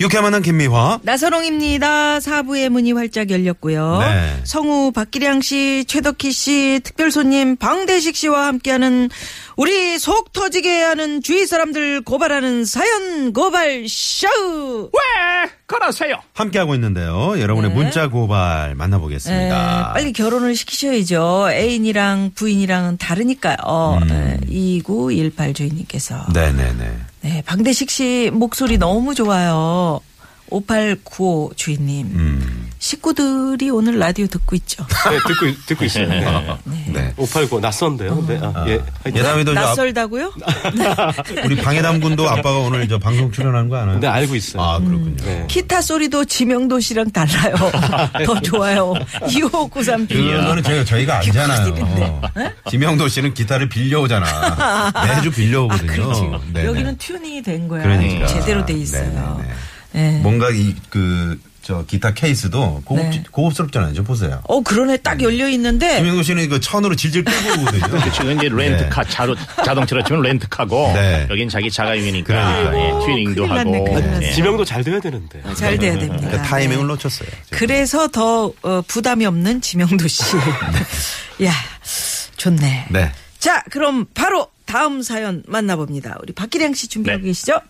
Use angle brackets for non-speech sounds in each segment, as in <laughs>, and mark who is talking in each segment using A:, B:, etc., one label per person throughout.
A: 유쾌한 만남 김미화.
B: 나선홍입니다. 사부의 문이 활짝 열렸고요.
A: 네.
B: 성우 박기량 씨, 최덕희 씨, 특별 손님 방대식 씨와 함께하는 우리 속 터지게 하는 주위 사람들 고발하는 사연 고발 쇼.
C: 왜 그러세요?
A: 함께하고 있는데요. 여러분의 문자 고발
B: 네,
A: 만나보겠습니다.
B: 빨리 결혼을 시키셔야죠. 애인이랑 부인이랑은 다르니까요. 네, 2918 주인님께서
A: 음. 네네네.
B: 네, 방대식 씨 목소리 너무 좋아요. 5895 주인님.
A: 음.
B: 식구들이 오늘 라디오 듣고 있죠.
D: 네, 듣고, 듣고 있어요. 네.
A: 네.
D: 589, 낯선데요? 네, 아, 예. 하여튼.
A: 예담이도 이제
B: 낯설다고요?
A: 앞- 우리 방해담
B: <laughs>
A: 군도 아빠가 오늘 저 방송 출연하는 거 아나요?
D: 네, 알고 있어요.
A: 아, 그렇군요.
D: 네.
B: 기타 소리도 지명도 씨랑
A: <laughs>
B: 달라요. 더 좋아요. 2593 주인님.
A: 그거는 저희가, 저희가 알잖아요. 어.
B: 네?
A: 지명도 씨는 기타를
B: <laughs>
A: 빌려오잖아. 매주
B: 아,
A: 빌려오거든요.
B: 그렇죠.
A: 네네.
B: 여기는 튜닝이 된 거야.
A: 그러니까.
B: 제대로 돼 있어요.
A: 네네네. 뭐-
B: 네.
A: 뭔가 이, 그, 저 기타 케이스도 고급,
B: 네.
A: 고급스럽잖아요. 좀 보세요.
B: 어, 그러네. 딱 열려 있는데.
A: 음. 지명도 씨는 이거 천으로 질질 끌고 오거든요.
E: 그
C: 지금 이제 렌트카 자로 자동차로 치면 렌트카고
A: 네.
C: 여긴 자기 자가용이니까
A: 그러니까요.
F: 아,
C: 예, 튜닝도
B: 어, 큰일 났네,
C: 하고
B: 큰일 났네.
C: 예.
D: 지명도 잘 돼야 되는데.
B: 잘 돼야 됩니다.
A: 그러니까 타이밍을
B: 네.
A: 놓쳤어요.
B: 그래서 더 어, 부담이 없는 지명도
A: <laughs>
B: 씨. 야, 좋네.
A: 네.
B: 자, 그럼 바로 다음 사연 만나봅니다. 우리 박기량 씨 준비하고
C: 네.
B: 계시죠?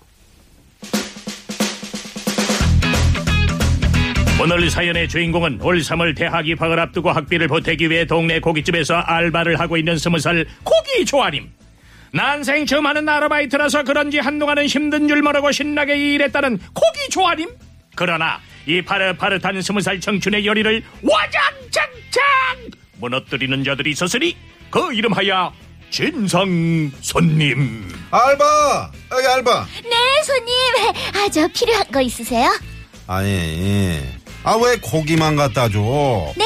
C: 오늘 사연의 주인공은 올 3월 대학 입학을 앞두고 학비를 보태기 위해 동네 고깃집에서 알바를 하고 있는 스무 살 고기 조아님. 난생 처음 하는 아르바이트라서 그런지 한동안은 힘든 줄 모르고 신나게 일했다는 고기 조아님. 그러나 이 파릇파릇한 스무 살 청춘의 열의를 와장창창 무너뜨리는 자들이 있었으니 그 이름하여 진상 손님.
A: 알바! 여기 알바!
G: 네 손님 <laughs> 아 저 필요한 거 있으세요?
A: 아니, 아, 왜 고기만 갖다 줘?
G: 네?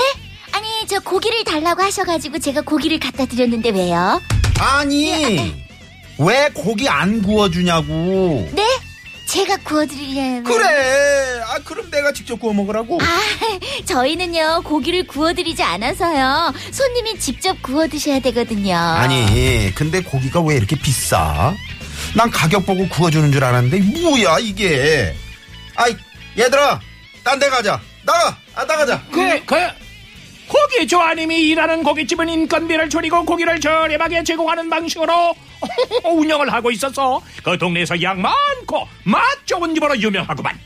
G: 아니 저 고기를 달라고 하셔가지고 제가 고기를 갖다 드렸는데 왜요?
A: 아니! 왜 고기 안 구워주냐고!
G: 네? 제가 구워드리려면
A: 그래! 아, 그럼 내가 직접 구워 먹으라고?
G: 아, 저희는요 고기를 구워드리지 않아서요 손님이 직접 구워 드셔야 되거든요
A: 아니, 근데 고기가 왜 이렇게 비싸? 난 가격 보고 구워주는 줄 알았는데, 뭐야, 이게! 아이, 얘들아! 딴 데 가자! 나가! 아, 나가자!
C: 그, 그, 고기 조아님이 일하는 고깃집은 인건비를 줄이고 고기를 저렴하게 제공하는 방식으로 <laughs> 운영을 하고 있어서 그 동네에서 양 많고 맛 좋은 집으로 유명하구만.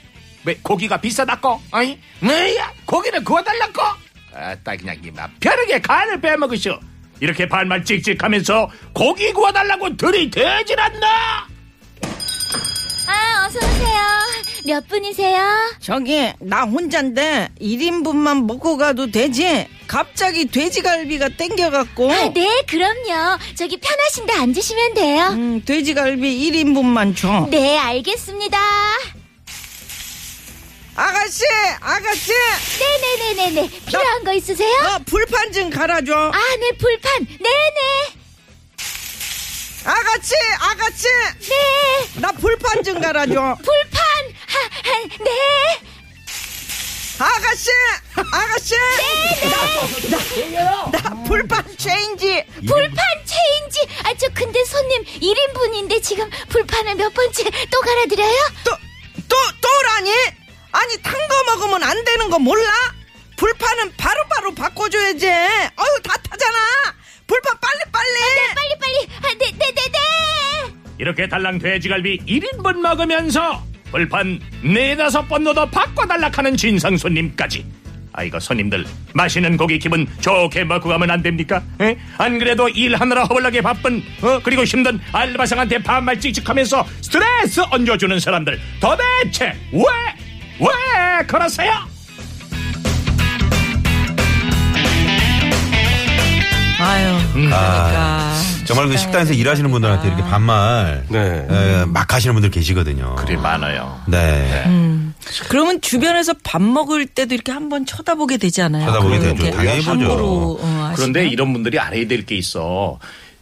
C: 왜 고기가 비싸다고? 아이, 뭐야? 고기를 구워달라고? 아따 그냥 이마 벼르게 간을 빼먹으셔. 이렇게 반말 찍찍하면서 고기 구워달라고 들이대질 않나?
G: 아 어서 오세요 몇 분이세요?
B: 저기 나 혼잔데 1인분만 먹고 가도 되지? 갑자기 돼지갈비가 땡겨갖고
G: 아, 네 그럼요 저기 편하신데 앉으시면 돼요
B: 음, 돼지갈비 1인분만 줘
G: 네 알겠습니다
B: 아가씨 아가씨
G: 네네네네네 필요한 거 있으세요?
B: 너 불판 좀 갈아줘
G: 어? 아 네 불판 네네
B: 아가씨 아가씨
G: 네
B: 나 불판 좀 갈아줘
G: 불판 하, 하, 네
B: 아가씨 아가씨
G: 네,
B: 나, 나, 나 불판 체인지
G: 불판 체인지 아 저 근데 손님 1인분인데 지금 불판을 몇 번째 또 갈아드려요?
B: 또또 또라니 아니 탄 거 먹으면 안 되는 거 몰라? 불판은 바로바로 바꿔줘야지 어휴 다 타잖아 불판 빨리빨리
G: 빨리 빨리 아, 네, 네, 네, 네.
C: 이렇게 달랑 돼지갈비 1인분 먹으면서 불판 네다섯 번 넣어도 바꿔달락하는 진상 손님까지 아이고 손님들 맛있는 고기 기분 좋게 먹고 가면 안 됩니까? 에? 안 그래도 일하느라 허벌나게 바쁜 어? 그리고 힘든 알바생한테 반말 찍찍하면서 스트레스 얹어주는 사람들 도대체 왜? 왜 그러세요?
B: 음. 아유 그러니까
A: 정말 그 식당에서 아. 일하시는 분들한테 이렇게 반말
D: 네.
A: 예, 에, 막 하시는 분들 계시거든요.
B: 음.
C: 많아요
A: 네.
B: 그러면 주변에서 밥 먹을 때도 이렇게 한번 쳐다보게 되지 않아요?
A: 쳐다보게
B: 그럼
A: 되죠.
B: 이렇게
A: 당연히 보죠.
B: 함부로, 어, 하시나요?
E: 그런데 이런 분들이 알아야 될 게 있어.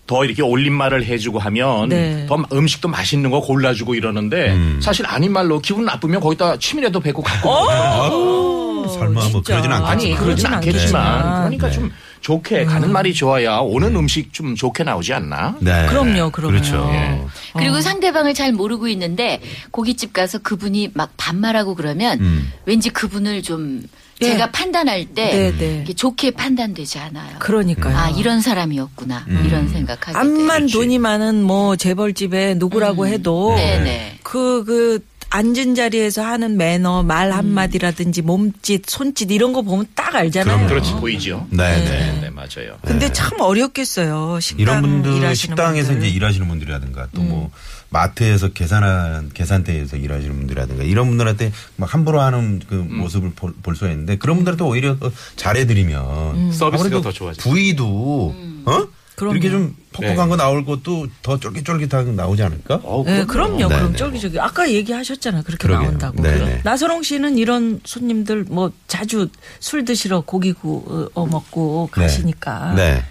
E: 더 이렇게 올림말을 해주고 하면
B: 네.
E: 더 음식도 맛있는 거 골라주고 이러는데
A: 음.
E: 사실 아닌 말로 기분 나쁘면 거기다 침이라도 뱉고 갖고
A: 어, 설마 뭐
B: 진짜.
A: 그러진 않겠지.
E: 아니
B: 그렇지만.
E: 그러진 않겠지만
B: 않겠지만.
E: 그러니까 좀 좋게 가는 말이 좋아야 오는 음식 좀 좋게 나오지 않나?
A: 네.
B: 그럼요, 그럼요.
A: 그렇죠.
B: 예.
H: 그리고 상대방을 잘 모르고 있는데 고깃집 가서 그분이 막 반말하고 그러면
A: 음.
H: 왠지 그분을 좀
B: 예.
H: 제가 판단할 때
B: 네, 네.
H: 이게 좋게 판단되지 않아요.
B: 그러니까요.
H: 아 이런 사람이었구나
A: 음.
H: 이런 생각하게
B: 암만
H: 돼요.
B: 돈이 많은 뭐 재벌집에 누구라고
A: 음.
B: 해도
H: 네네.
B: 그, 그, 앉은 자리에서 하는 매너,
A: 음.
B: 말 한마디라든지 몸짓, 손짓 이런 거 보면 딱 알잖아요.
A: 그럼요.
E: 그렇지 보이죠.
A: 네, 네.
E: 네, 네 맞아요.
B: 근데 참 어렵겠어요. 식당
A: 이런 분들
B: 일하시는
A: 식당에서
B: 분들. 음.
A: 이제 일하시는 분들이라든가 또 뭐 마트에서 계산한 계산대에서 일하시는 분들이라든가 이런 분들한테 막 함부로 하는 그
B: 음.
A: 모습을 볼, 볼 수가 있는데 그런 분들한테 오히려 어,
B: 음.
A: 잘해드리면
F: 서비스가
A: 아무래도
F: 더 좋아지죠.
A: 부위도 어
B: 그럼요.
A: 이렇게 좀 퍽퍽한
F: 네.
A: 거 나올 것도 더 쫄깃쫄깃하게 나오지 않을까?
E: 어우,
B: 네, 그럼요. 그럼
A: 네네.
B: 쫄깃쫄깃. 아까 얘기하셨잖아. 그렇게
A: 그러게요.
B: 나온다고.
A: 네네.
B: 나선홍 씨는 이런 손님들 뭐 자주 술 드시러 고기 구워 먹고
A: 네.
B: 가시니까
A: 네.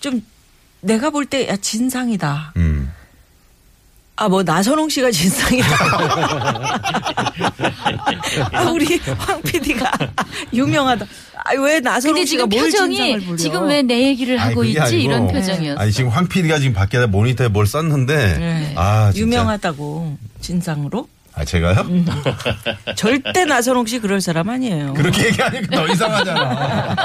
B: 좀 내가 볼 때 야 진상이다.
A: 음.
B: 아 뭐 나선홍 씨가
A: <laughs>
B: 진상이다. 아, 우리 황 PD가 유명하다. 아, 왜 나선홍
H: 근데
B: 씨가
H: 지금
B: 뭘 진상을
H: 표정이
B: 부려?
H: 지금 왜 내 얘기를
A: 아니,
H: 하고
A: 그게
H: 있지
A: 아니고.
H: 이런 표정이었어.
A: 아니 지금 황 PD가 지금 밖에다 모니터에 뭘 썼는데
B: 네.
A: 아 진짜.
B: 유명하다고 진상으로?
A: 아 제가요?
H: 음.
B: 절대 나선홍 씨 그럴 사람 아니에요.
A: 그렇게 얘기하니까 더 이상하잖아.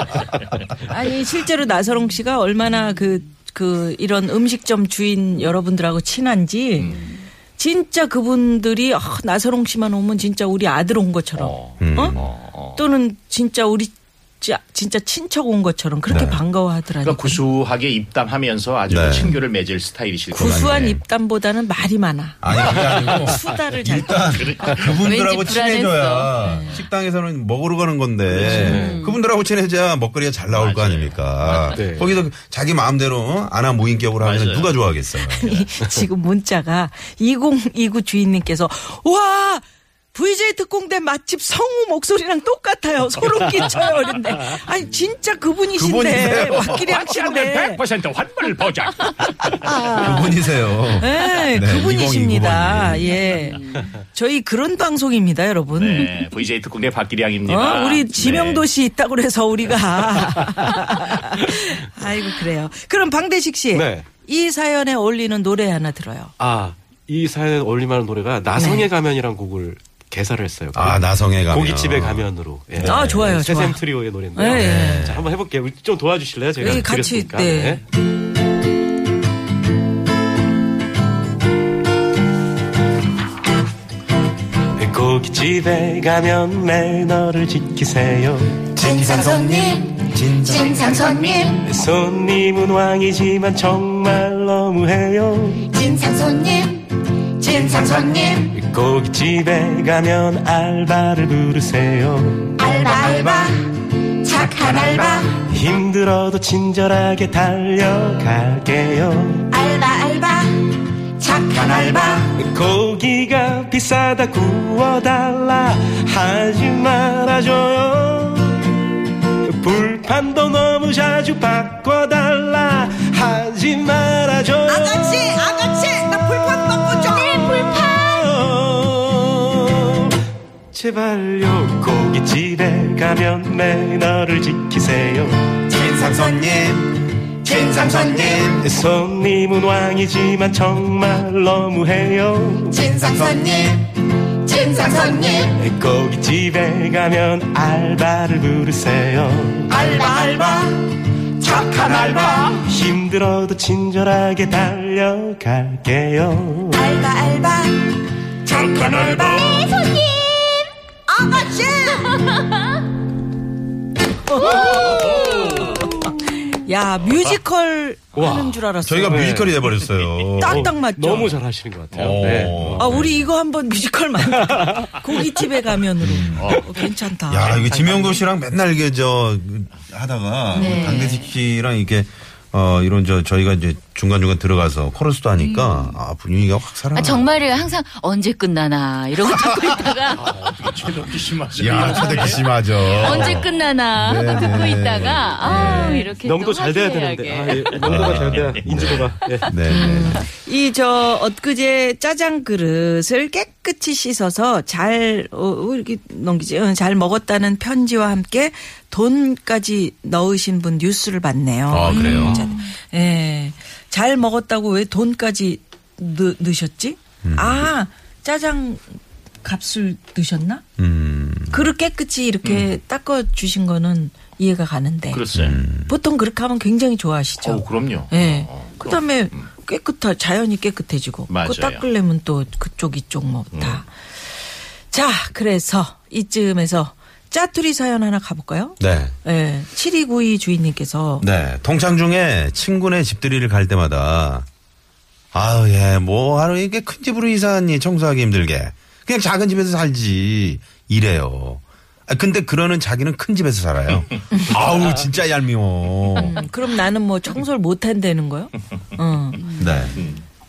B: 아니 실제로 나선홍 씨가 얼마나 그 그 이런 음식점 주인 여러분들하고 친한지
A: 음.
B: 진짜 그분들이 아, 나선홍 씨만 오면 진짜 우리 아들 온 것처럼 어?
A: 음,
B: 또는 진짜 우리 짜- 진짜 친척 온 것처럼 그렇게
A: 네.
B: 반가워하더라니까.
E: 그러니까 구수하게 입담하면서 아주
A: 네.
E: 친교를 맺을 스타일이실 거예요.
B: 구수한
A: 네.
B: 입담보다는 말이 많아.
A: 아니 그게 아니고
B: 수다를 잘
A: 일단 그분들하고
H: 왠지 네.
A: 친해져야 식당에서는 먹으러 가는 건데
H: 음.
A: 그분들하고 친해져야 먹거리가 잘 나올 거 아닙니까?
F: 네.
A: 거기서 그 자기 마음대로 어? 아나 무인격으로 하면
E: 맞아요.
A: 누가 좋아하겠어요?
B: 이 지금 문자가 2029 주인님께서 와 VJ 특공대 맛집 성우 목소리랑 똑같아요. 소름 끼쳐요. 이런데 아니 진짜 그분이신데
A: 그분이세요.
B: 맞기리
E: 확실하게 <laughs>
B: 하신데
E: 100% 환불 보장.
H: 아.
A: 그분이세요.
B: 네,
A: 네,
B: 그분이십니다.
A: 2029
B: 예. 저희 그런 방송입니다, 여러분.
E: 네, VJ 특공대 박기량입니다. 네.
B: 어?
F: 네.
B: 우리 지명도 씨 있다고 그래서 우리가. <laughs> 아이고, 그래요. 그럼 방대식 씨.
F: 네.
B: 이 사연에 어울리는 노래 하나 들어요.
F: 아, 이 사연에 어울릴만한 노래가 나성의
B: 네.
F: 가면이란 곡을 개사를 했어요.
A: 아 나성에 가면
F: 고깃집의 가면으로. 예.
B: 아, 좋아요, 좋아.
F: 세샘 트리오의 노래인데요.
B: 네.
F: 자, 한번 해볼게요. 우리 좀 도와주실래요? 제가
B: 여기 같이,
F: 드렸으니까.
B: 네.
F: 네. 고깃집에 가면 매너를 지키세요.
H: 진상 손님, 진상 손님,
F: 손님은 왕이지만 정말 너무해요.
H: 진상 손님, 진상 손님,
F: 고깃집에 가면 알바를 부르세요.
H: 알바 알바, 착한 알바,
F: 힘들어도 친절하게 달려갈게요.
H: 알바 알바, 착한 알바.
F: 고기가 비싸다 구워달라 하지 말아줘요. 불판도 너무 자주 바꿔달라 하지 말아줘요.
B: 아가씨, 아가씨, 나 네, 불판 바꿔줘.
F: 제발요 고깃집에 가면 매너를 지키세요
A: 진상 손님 진상 손님
F: 손님은 왕이지만 정말 너무해요
A: 진상 손님
H: 진상 손님,
F: 고깃집에 가면 알바를 부르세요
A: 알바 알바 착한 알바
F: 힘들어도 친절하게 달려갈게요
H: 알바 알바,
A: 착한 알바
H: 네 손님, 아가씨.
B: 야 뮤지컬
F: 아. 와.
B: 하는 줄 알았어요.
A: 저희가 뮤지컬이 돼버렸어요. 어.
B: 딱딱 맞죠?
F: 너무 잘하시는 것 같아요 네.
B: 아 우리 이거 한번 뮤지컬 만들자. 고깃집에 가면으로.
F: 음.
B: 어, 괜찮다.
H: 아, 네.
A: 야, 이거 지명도 씨랑 맨날 이게 저 하다가 강대식 씨랑 이렇게 어, 이런 저 저희가 이제 중간중간 들어가서 코러스도 하니까 아, 분위기가 확 살아.
H: 음. 아, 정말이에요. 항상 언제 끝나나 이러고 <laughs> 듣고 있다가
E: 최덕기 씨 맞아.
A: 야, 차대기 심하죠.
H: 네. 언제 끝나나 하고
A: 네,
H: 듣고
A: 네.
H: 있다가 아 이렇게
F: 명도
H: 또
F: 네. 잘 돼야
H: 화기애애하게.
F: 되는데. 아, 예. 명도가 잘 돼야 인지도가. 예.
A: 네. 네.
B: 이 저 엊그제 짜장 그릇을 깨끗이 씻어서 잘 어, 어, 이렇게 넘기지 어, 잘 먹었다는 편지와 함께 돈까지 넣으신 분 뉴스를 봤네요.
A: 아, 그래요?
B: 예. 잘 먹었다고 왜 돈까지 넣, 넣으셨지?
A: 음.
B: 아, 짜장 값을 넣으셨나?
A: 음.
B: 그릇 깨끗이 이렇게 닦아 주신 거는 이해가 가는데
E: 그렇어요.
B: 보통 그렇게 하면 굉장히 좋아하시죠.
E: 어, 그럼요.
B: 예.
E: 어, 그럼.
B: 그다음에 깨끗하 자연이 깨끗해지고
E: 맞아요. 음.
B: 그거 닦으려면 또 그쪽 이쪽 뭐 다. 자, 그래서 이쯤에서 짜투리 사연 하나 가볼까요?
A: 네.
B: 예. 7292 주인님께서
A: 네. 동창 중에 친구네 집들이를 갈 때마다 아우 예, 뭐 하루 이게 큰 집으로 이사하니 청소하기 힘들게 그냥 작은 집에서 살지 이래요. 아, 근데 그러는 자기는 큰 집에서 <laughs> 살아요. 아우 진짜 얄미워.
E: 네.
B: 음, 그럼 나는 뭐 청소를 못 한다는 거요? 어.
A: 네.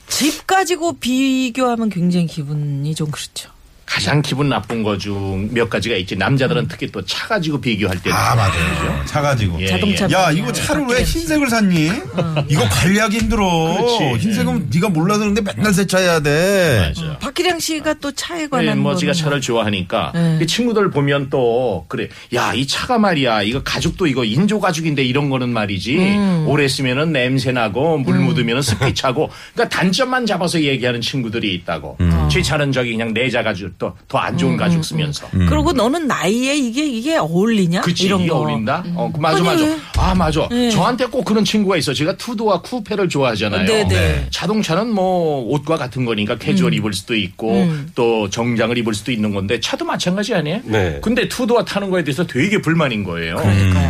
B: 집 가지고 비교하면 굉장히 기분이 좀 그렇죠.
E: 가장 기분 나쁜 거 중 몇 가지가 있지. 남자들은 특히 또 차 가지고 비교할 때.
A: 아 맞아요. 차 가지고.
E: 예,
B: 자동차
E: 예.
A: 야 이거 차를 왜 흰색을 샀니?
H: 어.
A: 이거 관리하기 힘들어.
E: 그렇지. 예.
A: 흰색은 네가 몰라서 그런데 맨날 세차해야 돼.
E: 맞아요.
B: 박기량 씨가 또 차에
E: 네,
B: 관한
E: 뭐
B: 거는 예.
E: 지가 차를 좋아하니까 그 친구들 보면 또 그래 야 이 차가 말이야 이거 가죽도 이거 인조 가죽인데 이런 거는 말이지
B: 음.
E: 오래 쓰면은 냄새 나고 물 묻으면은 습기 차고 그러니까 단점만 잡아서 얘기하는 친구들이 있다고 제 차는 저기 그냥 내자 가죽 또 더 안
B: 음,
E: 좋은 가죽 쓰면서
B: 뭐. 그리고 너는 나이에 이게 이게 어울리냐?
E: 음. 그치
B: 이런
E: 이게
B: 거. 음. 예.
E: 어울린다 어 그, 맞아
B: 아니,
E: 맞아
B: 왜?
E: 아 맞아 저한테 꼭 그런 친구가 있어 제가 투도와 쿠페를 좋아하잖아요
B: 네, 음. 네.
E: 자동차는 뭐 옷과 같은 거니까 캐주얼 입을 수도 있고
B: 음.
E: 또 정장을 입을 수도 있는 건데 차도 마찬가지 아니에요?
F: 네.
E: 근데 투도어 타는 거에 대해서 되게 불만인 거예요.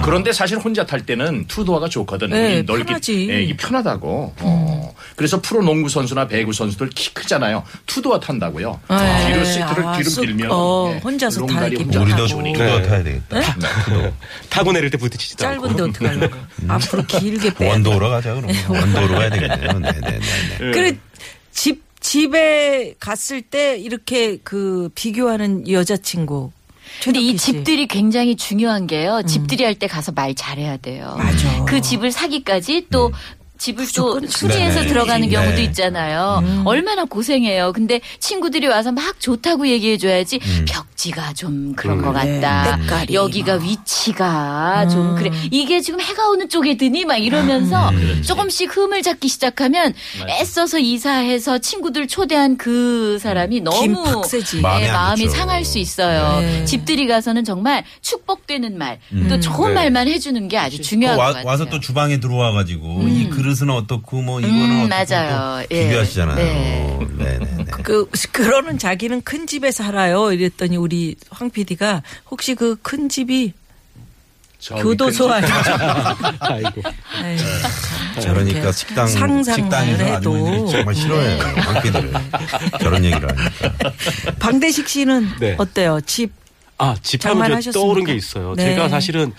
E: 그런데 사실 혼자 탈 때는 투도어가 좋거든.
B: 네,
E: 이 넓기,
B: 편하지. 음.
E: 예, 이게 편하다고. 어. 그래서 프로 농구 선수나 배구 선수들 키 크잖아요. 투도어 탄다고요.
B: 아.
E: 뒤로
B: 네.
E: 시트를
B: 아,
E: 뒤로
B: 쑥,
E: 밀면
B: 어,
E: 예,
B: 혼자서 다
E: 롱다리
B: 이렇게
E: 혼자
B: 우리도
A: 우리도
E: 타고.
A: 네.
E: 네.
A: 그거 타야 되겠다.
F: 타고 내릴 때 부딪히지도 않고.
B: 짧은데 어떻게 하려고.
E: 음.
B: 앞으로 길게
H: 네.
B: 빼.
A: 원도로 가자 그럼. 원도로 가야 되겠네요. 네네네.
B: 그래 집 집에 갔을 때 이렇게 그 비교하는 여자친구.
H: 근데 이
B: 최덕기 씨.
H: 집들이 굉장히 중요한 게요. 집들이 할 때 가서 말 잘해야 돼요.
B: 맞아.
H: 그 집을 사기까지
B: 네.
H: 또 집을 또 수리해서
A: 네.
H: 들어가는
A: 네.
H: 경우도 있잖아요.
B: 음.
H: 얼마나 고생해요. 근데 친구들이 와서 막 좋다고 얘기해줘야지
A: 음.
H: 벽지가 좀 그런 것
B: 네. 아.
H: 같다.
B: 때깔이
H: 여기가 위치가 좀 그래. 이게 지금 해가 오는 쪽에 드니 막
A: 음,
H: 이러면서 조금씩 흠을 잡기 시작하면 애써서 이사해서 친구들 초대한 그 사람이 너무
B: 음. 김팍세지.
A: 마음에
H: 예,
A: 안
H: 마음이
A: 드죠.
H: 상할 수 있어요.
B: 네.
H: 집들이 가서는 정말 축복되는 말, 또 좋은
F: 네.
H: 말만 해주는 게
E: 네.
H: 아주
A: 또
H: 중요한 것
A: 음, 어, 와,
H: 같아요.
A: 와서 또 주방에 들어와가지고 이 그릇은 어떻고 뭐 이거는
H: 음,
A: 어떻고
H: 맞아요.
A: 또
H: 예.
A: 비교하시잖아요.
H: 네.
A: 네. 네네
B: 그 그러는 자기는 큰 집에 살아요. 이랬더니 우리 황 PD가 혹시 그 큰 집이
A: 아,
E: 저기
B: 교도소
E: 근처-
A: <laughs>
B: 아니죠?
F: 아이고.
B: 에이,
A: 저러니까
B: 이렇게
A: 그러니까 식당
B: 상상만
A: 식당에서
B: 해도.
A: 아주머니들이 정말 싫어해요.
H: 네.
A: 왕피들을 저런 얘기를 하니까.
B: 방대식 씨는
F: 네.
B: 어때요? 집
F: 아, 집하면
B: 장만하셨습니까?
F: 저 떠오른 게 있어요.
B: 네.
F: 제가 사실은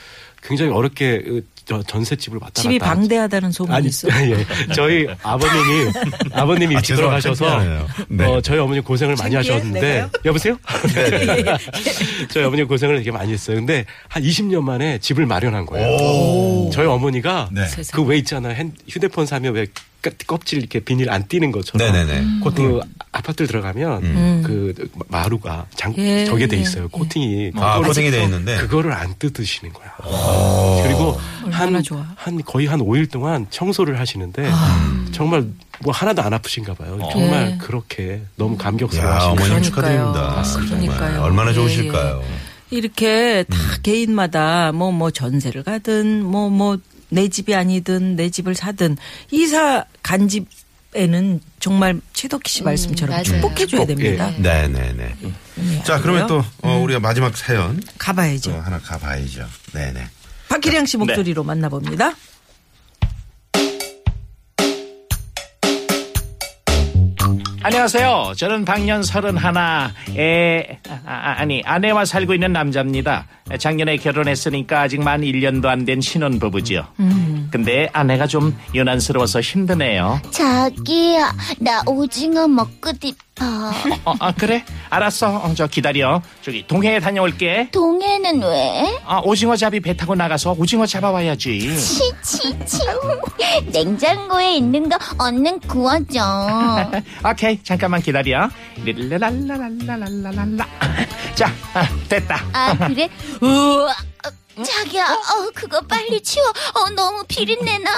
F: 굉장히 어렵게 으, 저 전셋집을 왔다 갔다.
B: 집이 방대하다는 소문이
F: 아니,
B: 있어.
F: 예. 저희
B: <laughs>
F: 아버님이 아버님이
A: 아, 죄송합니다.
F: 일찍 돌아가셔서
A: 미안해요. 네.
F: 어, 저희 어머니 고생을 많이
B: 창피해?
F: 하셨는데
B: 내가요? <laughs>
F: 여보세요?
A: 네.
F: <laughs> 저희 어머니 고생을 되게 많이 했어요. 근데 한 20년 만에 집을 마련한 거예요. 저희 어머니가
A: 네.
F: 그 왜 있잖아요. 핸- 휴대폰 사면 왜 껍- 껍질 이렇게 비닐 안 띄는 것처럼.
A: 네네네. 음.
F: 코팅 아파트 를 들어가면 그 마루가 장
B: 예,
F: 저게 돼
B: 예,
F: 있어요. 코팅이.
H: 네.
A: 아,
F: 그거를-
A: 코팅이 돼 있는데.
F: 그거를 안 뜯으시는 거야.
A: 아.
F: 그리고
B: 얼마나
F: 한,
B: 좋아.
F: 한 거의 한 5일 동안 청소를 하시는데
B: 아.
F: 정말 뭐 하나도 안 아프신가 봐요. 정말
B: 예.
F: 그렇게 너무
A: 야
F: 감격스러워하시는 거예요.
A: 어머님
B: 그러니까요.
A: 축하드립니다. 정말
B: 그러니까요.
A: 얼마나
B: 예,
A: 좋으실까요?
B: 이렇게 다
F: 음.
B: 개인마다 뭐 뭐 전세를 가든 뭐 뭐 내 집이 아니든 내 집을 사든 이사 간 집에는 정말 최덕희 씨 말씀처럼
H: 맞아요.
B: 축복해 줘야
F: 축복, 예.
B: 됩니다.
A: 네네네. 자 그러면 또 어, 우리가 마지막 사연 어,
F: 네.
B: 가봐야죠.
A: 하나 가봐야죠. 네네.
B: 박기량 씨 목소리로 만나봅니다.
E: 안녕하세요. 저는 방년 31, 에, 아, 아, 아니, 아내와 살고 있는 남자입니다. 작년에 결혼했으니까 아직 만 1년도 안 된 신혼부부지요. 근데 아내가 좀 유난스러워서 힘드네요.
G: 자기야, 나 오징어 먹고 싶어.
E: 어, 아, 그래? 알았어. 어, 저 기다려. 저기 동해에 다녀올게.
G: 동해는 왜?
E: 아, 오징어 잡이 배 타고 나가서 오징어 잡아와야지.
G: 치치치. 냉장고에 있는 아, 거 얼른 구워줘.
E: 오케이, 잠깐만 기다려. 릴랄랄랄랄랄랄라. 자, 아, 됐다.
G: 아, 그래? 우와. 어, 자기야, 어, 그거 빨리 치워. 어, 너무 비린내 나.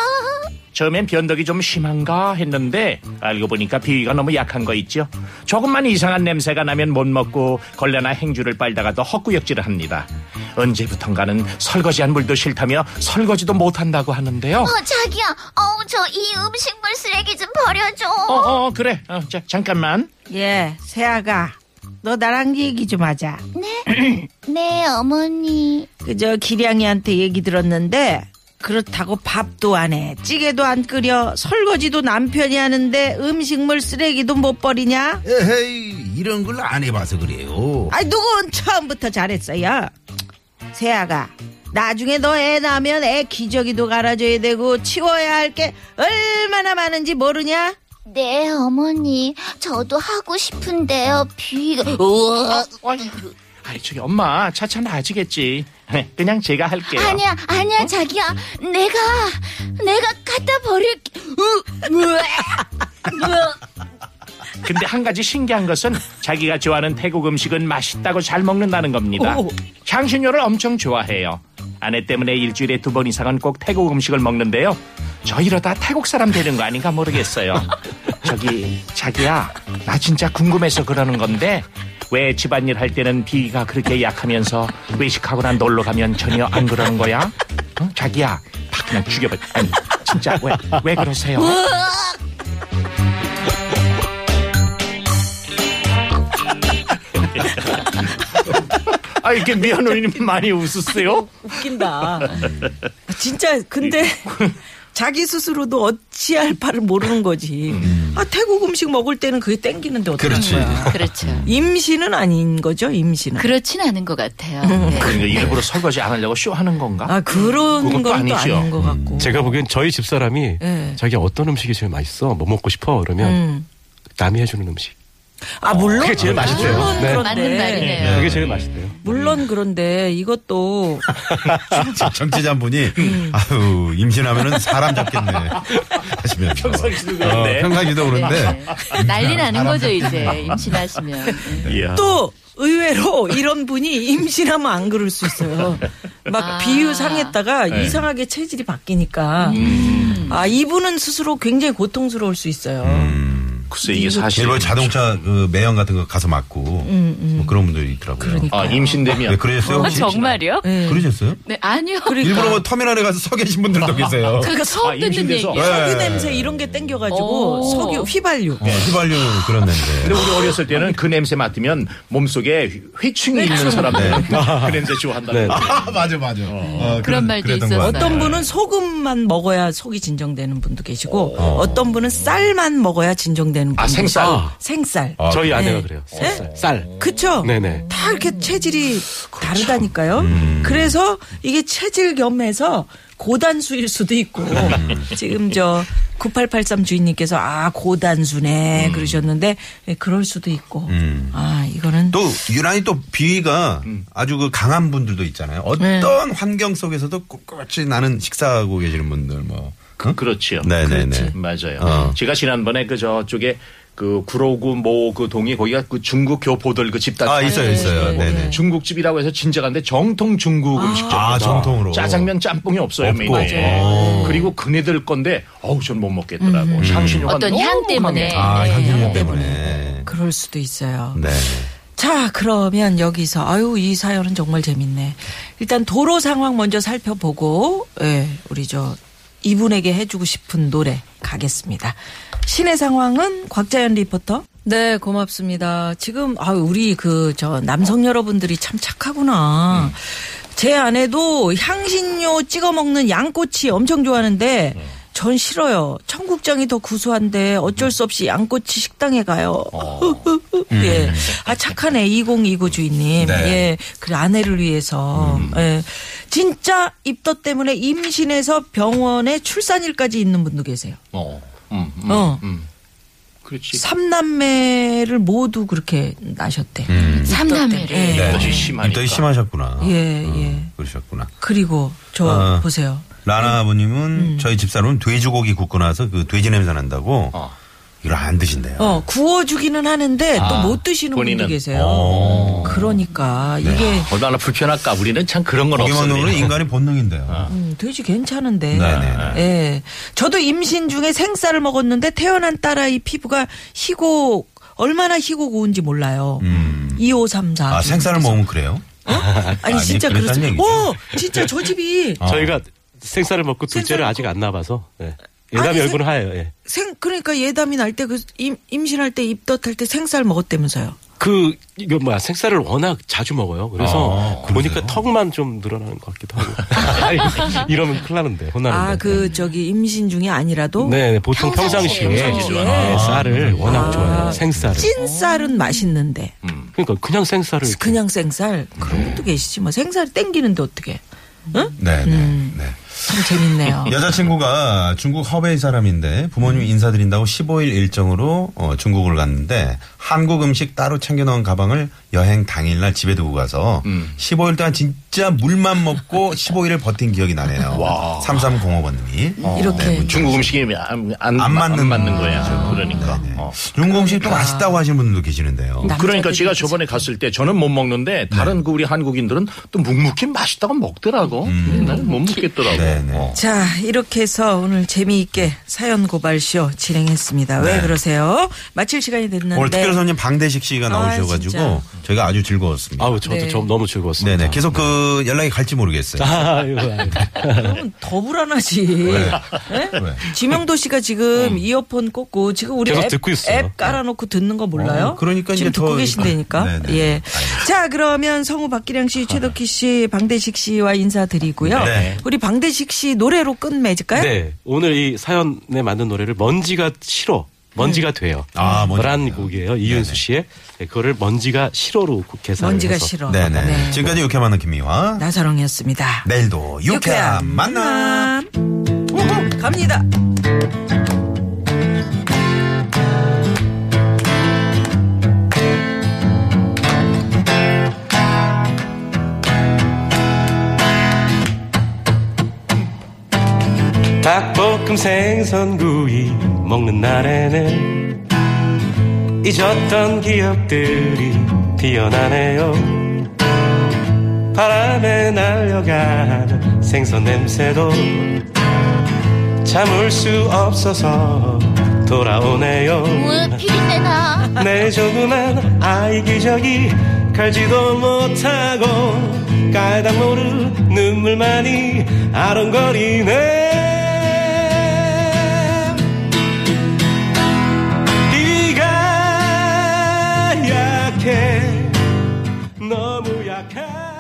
E: 처음엔 변덕이 좀 심한가 했는데 알고 보니까 비위가 너무 약한 거 있죠. 조금만 이상한 냄새가 나면 못 먹고 걸레나 행주를 빨다가 또 헛구역질을 합니다. 언제부턴가는 설거지한 물도 싫다며 설거지도 못한다고 하는데요.
G: 어, 자기야, 어, 저 이 음식물 쓰레기 좀 버려줘.
E: 어, 어, 어, 그래. 어, 자, 잠깐만.
B: 예, 세아가. 너 나랑 얘기 좀 하자.
G: 네, 어머니.
B: 그저 기량이한테 얘기 들었는데 그렇다고 밥도 안 해. 찌개도 안 끓여. 설거지도 남편이 하는데 음식물 쓰레기도 못 버리냐?
A: 예, 에헤이 이런 걸 안 해봐서 그래요.
B: 아이 누군 처음부터 잘했어요. 세아가 나중에 너 애 낳으면 애 기저귀도 갈아줘야 되고 치워야 할 게 얼마나 많은지 모르냐?
G: 네, 어머니. 저도 하고 싶은데요, 비위가.
E: 어,
G: 우와.
E: 아이, 저기 엄마, 차차 나아지겠지. <laughs> 그냥 제가 할게요. 어?
G: 아니야, 아니야, 자기야. 내가, 내가 갖다 버릴게. 으,
E: <laughs>
G: 으아.
E: 근데 한 가지 신기한 것은 자기가 좋아하는 태국 음식은 맛있다고 잘 먹는다는 겁니다.
B: 오.
E: 향신료를 엄청 좋아해요. 아내 때문에 일주일에 두 번 이상은 꼭 태국 음식을 먹는데요. 저 이러다 태국 사람 되는 거 아닌가 모르겠어요. 저기 자기야, 나 진짜 궁금해서 그러는 건데 왜 집안일 할 때는 비위가 그렇게 약하면서 외식하고 난 놀러 가면 전혀 안 그러는 거야? 응? 자기야, 다 그냥 죽여버. 아니 진짜 왜 왜 그러세요? 아 이렇게 미아노님 많이 웃으세요?
B: 웃긴다. 아, 진짜 근데 <laughs> 자기 스스로도 어찌할 바를 모르는 거지. 아 태국 음식 먹을 때는 그게 땡기는데 어떡하는
A: 그렇지.
B: 거야.
A: 음.
H: 그렇죠.
B: 임신은 아닌 거죠, 임신은.
H: 그렇진 않은 것 같아요. 네.
E: 그러니까 일부러 설거지 안 하려고 쇼하는 건가?
B: 아
E: 그건
B: 그런
E: 또
B: 건 또
E: 아니죠.
B: 아닌 것 같고.
F: 제가 보기엔 저희 집사람이
B: 예.
F: 자기 어떤 음식이 제일 맛있어? 뭐 먹고 싶어? 그러면
B: 음.
F: 남이 해주는 음식.
B: 아 물론
F: 그게 제일 맛있죠.
B: 물론
F: 네.
B: 그런데
H: 맞는 말이네요.
F: 그게 제일 맛있대요.
B: 물론 그런데 이것도
A: 정치자 분이 아유 임신하면은 사람 잡겠네 하시면서
E: 평상시도 그런데.
A: 어, 평상시도 그런데
H: <laughs>
A: 음.
H: 난리 나는
A: 사람
H: 거죠,
A: 잡-
H: 이제. 임신하시면. 네.
E: 이야.
B: 또 의외로 이런 분이 임신하면 안 그럴 수 있어요. 막
H: 아.
B: 비유 상했다가 이상하게 체질이 바뀌니까 아 이분은 스스로 굉장히 고통스러울 수 있어요.
E: 글쎄 이게 사실 아,
A: 일본 자동차 그 매연 같은 거 가서 맞고 뭐 그런 분들이 있더라고요.
B: 그러니까.
E: 아 임신되면
A: 네, 그러셨어요?
H: 어,
A: 혹시?
H: 정말요?
B: 네.
A: 그러셨어요?
H: 네, 아니요.
A: 일부러 뭐 터미널에 가서 서 계신 분들도 계세요.
H: 그러니까
E: 아,
H: 처음 듣는
E: 임신돼서?
H: 얘기.
A: 네.
B: 석유 냄새 이런 게
H: 오.
B: 땡겨가지고 석유 휘발유.
A: 네, 휘발유 그런 냄새.
E: 근데 우리 어렸을 때는 그 냄새 맡으면 몸속에 회충이 있는 사람들 그 냄새 좋아한다.
F: 네.
E: 고
A: <laughs> 아 맞아 맞아. 어,
H: 그런 말도
A: 그랬던
H: 있었어요.
A: 것 같아요.
B: 어떤 분은 소금만 먹어야 속이 진정되는 분도 계시고 어떤 분은 쌀만 먹어야 진정되는 분도
E: 아, 생쌀?
B: 계시고. 생쌀.
A: 아,
F: 저희 아내가
B: 네.
F: 그래요.
B: 네?
F: 쌀. 쌀.
B: 그쵸?
F: 네네.
B: 다 이렇게 체질이
A: 그렇죠.
B: 다르다니까요.
A: 음.
B: 그래서 이게 체질 겸해서 고단수일 수도 있고
A: 음.
B: 지금 저 9883 주인님께서 아 고단수네
A: 음.
B: 그러셨는데 예, 그럴 수도 있고 아 이거는
A: 또 유난히 또 비위가 아주 그 강한 분들도 있잖아요. 어떤
H: 네.
A: 환경 속에서도 꿋꿋이 나는 식사하고 계시는 분들 뭐. 응?
E: 그렇죠.
A: 네네네.
E: 맞아요.
A: 어.
E: 제가 지난번에 그 저쪽에 그 구로구 모 그 동이 거기가 그 중국 교포들 그 집단
A: 아 있어요 있어요. 네네.
E: 중국집이라고 해서 진짜 간데 정통 중국 음식점.
A: 아, 정통으로.
E: 짜장면 짬뽕이 없어요,
A: 없고.
E: 메뉴에.
A: 맞아요.
E: 그리고 그네들 건데 어우 전 못 먹겠더라고.
A: 음.
E: 향신료가
H: 어떤
E: 너무
H: 향 때문에.
E: 강해.
A: 아
H: 네.
A: 향신료 때문에.
B: 그럴 수도 있어요.
A: 네.
B: 자, 그러면 여기서 아유 이 사연은 정말 재밌네. 일단 도로 상황 먼저 살펴보고 예, 우리 저 이분에게 해주고 싶은 노래 가겠습니다. 시내 상황은 곽자연 리포터. 네, 고맙습니다. 지금 아 우리 그 저 남성 여러분들이 참 착하구나. 제 아내도 향신료 찍어 먹는 양꼬치 엄청 좋아하는데. 전 싫어요. 청국장이 더 구수한데 어쩔 수 없이 양꼬치 식당에 가요.
D: 음.
B: 예. 아, 착하네. 2029 주인님.
A: 네.
B: 예. 그래, 아내를 위해서.
D: 음.
B: 예. 진짜 입덧 때문에 임신해서 병원에 출산일까지 있는 분도 계세요.
D: 어. 음, 음,
B: 어.
D: 음. 그렇지.
B: 삼남매를 모두 그렇게 낳으셨대.
D: 음.
H: 삼남매를.
B: 예.
A: 네.
D: 입덧이 심하니까.
A: 입덧이 심하셨구나.
B: 예,
A: 어,
B: 예.
A: 그러셨구나.
B: 그리고 저
A: 아.
B: 보세요.
A: 라나 아버님은
H: 음.
A: 저희 집사람은 돼지고기 굽고 나서 그 돼지 냄새 난다고
D: 어.
A: 이걸 안 드신대요.
B: 어, 구워주기는 하는데
D: 아,
B: 또 못 드시는
D: 본인은.
B: 분도 계세요.
D: 어. 네.
B: 그러니까 이게
D: 얼마나 불편할까. 우리는 참 그런 건
A: 고기만
D: 없었네요.
A: 먹으면 인간의 본능인데요.
B: 음, 돼지 괜찮은데.
A: 네네.
B: 예. 저도 임신 중에 생쌀을 먹었는데 태어난 딸아이 피부가 희고 얼마나 희고 고운지 몰라요.
A: 음.
B: 2534.
A: 아 생쌀을 먹으면 그래요?
B: 아니
A: 아니,
B: 진짜
A: 그랬단
B: 그렇습니다.
A: 얘기죠.
B: 오, 진짜 저 집이
A: <laughs> 어.
F: 저희가 생쌀을 먹고
B: 생쌀을
F: 둘째를 아직 안 낳아봐서 예.
B: 아니,
F: 예담이
B: 생-
F: 얼굴은 하예요. 예.
B: 생 그러니까 예담이 날 때 그 임신할 때 입덧할 때 생쌀 먹었다면서요.
F: 그 이거 뭐야 생쌀을 워낙 자주 먹어요. 그래서
A: 아,
F: 보니까
A: 그러세요?
F: 턱만 좀 늘어나는 것 같기도 하고. 아니, <laughs> 이러면 큰일 나는데 혼나는데.
B: 아, 그 어? 저기 임신 중에 아니라도
F: 네, 네, 보통 평상시에,
D: 평상시에.
F: 네, 쌀을 워낙 좋아해요. 생쌀을.
B: 찐 쌀은 어. 맛있는데
F: 그러니까 그냥 생쌀을
B: 그냥 생쌀 그런
A: 음.
B: 것도 계시지 뭐 생쌀 땡기는데 어떻게? 응?
A: 네네.
H: 음.
A: 네.
B: 참
A: <laughs>
B: 재밌네요.
F: 어.
A: 여자친구가 중국 허베이 사람인데
F: 음.
A: 부모님 인사드린다고 15일 일정으로 어, 중국을 갔는데 한국 음식 따로 챙겨 넣은 가방을 여행 당일날 집에 두고 가서
F: 음.
A: 15일 동안 진짜 물만
F: <laughs>
A: 먹고 15일을 버틴 기억이 나네요. 3305번님이.
F: 어.
B: 이렇게.
D: 중국 음식이 안, 안,
A: 안
D: 안
A: 맞는
D: 맞는, 거야. 그러니까. 어.
A: 네, 중국 음식도
F: 그러니까.
A: 맛있다고 하시는 분들도
F: 음.
A: 계시는데요.
B: 남자들이
D: 그러니까 제가
B: 진짜.
D: 저번에 갔을 때 저는 못 먹는데 다른 그 우리 한국인들은 또 묵묵히 맛있다고 먹더라고. 나는 못 먹겠더라고.
A: 네네.
D: 어.
B: 자, 이렇게 해서 오늘 재미있게 사연 고발쇼 진행했습니다. 왜
A: 네.
B: 그러세요? 마칠 시간이 됐는데.
A: 오늘 특별 손님 방대식 씨가 나오셔가지고
B: 네. 아, 진짜.
A: 저희가 아주 즐거웠습니다.
F: 아우 저도
B: 네.
F: 좀 너무 즐거웠습니다.
A: 네네. 계속 그 연락이 갈지 모르겠어요.
F: <laughs> 아, 이거 아니에요.
B: 그러면 더 불안하지. 예?
A: 왜?
B: 지명도 씨가
A: 음.
B: 지금 이어폰 꽂고 지금 우리
F: 계속
B: 앱,
F: 듣고 있어요.
B: 앱 깔아놓고 듣는 거 몰라요?
A: 어, 그러니까
B: 지금
A: 이제
B: 듣고
A: 더-
B: 계신다니까.
A: 네, 네.
B: 예. 자, 그러면 성우 박기량 씨, 최덕희 씨, 방대식 씨와 인사드리고요.
A: 네.
B: 우리 방대식 씨 노래로 끝맺을까요?
F: 네, 오늘 이 사연에 맞는 노래를 먼지가 싫어, 먼지가 돼요.
A: 아, 먼지가
F: 라는
A: 돼요.
F: 곡이에요. 이윤수 씨의 네, 그거를 먼지가 싫어로 계산해서.
B: 먼지가 싫어.
A: 네네.
B: 네.
A: 지금까지 유쾌한 만남 김미화.
B: 나사롱이었습니다.
A: 내일도 유쾌한 만남.
B: 우후, 음, 갑니다.
F: 닭볶음 생선구이 먹는 날에는 잊었던 기억들이 피어나네요 바람에 날려가는 생선 냄새도 참을 수 없어서 돌아오네요
G: 왜 피린내 나?
F: 내 조그만 아이 기저귀 갈지도 못하고 까닭 모를 눈물만이 아롱거리네 네가 약해 너무 약해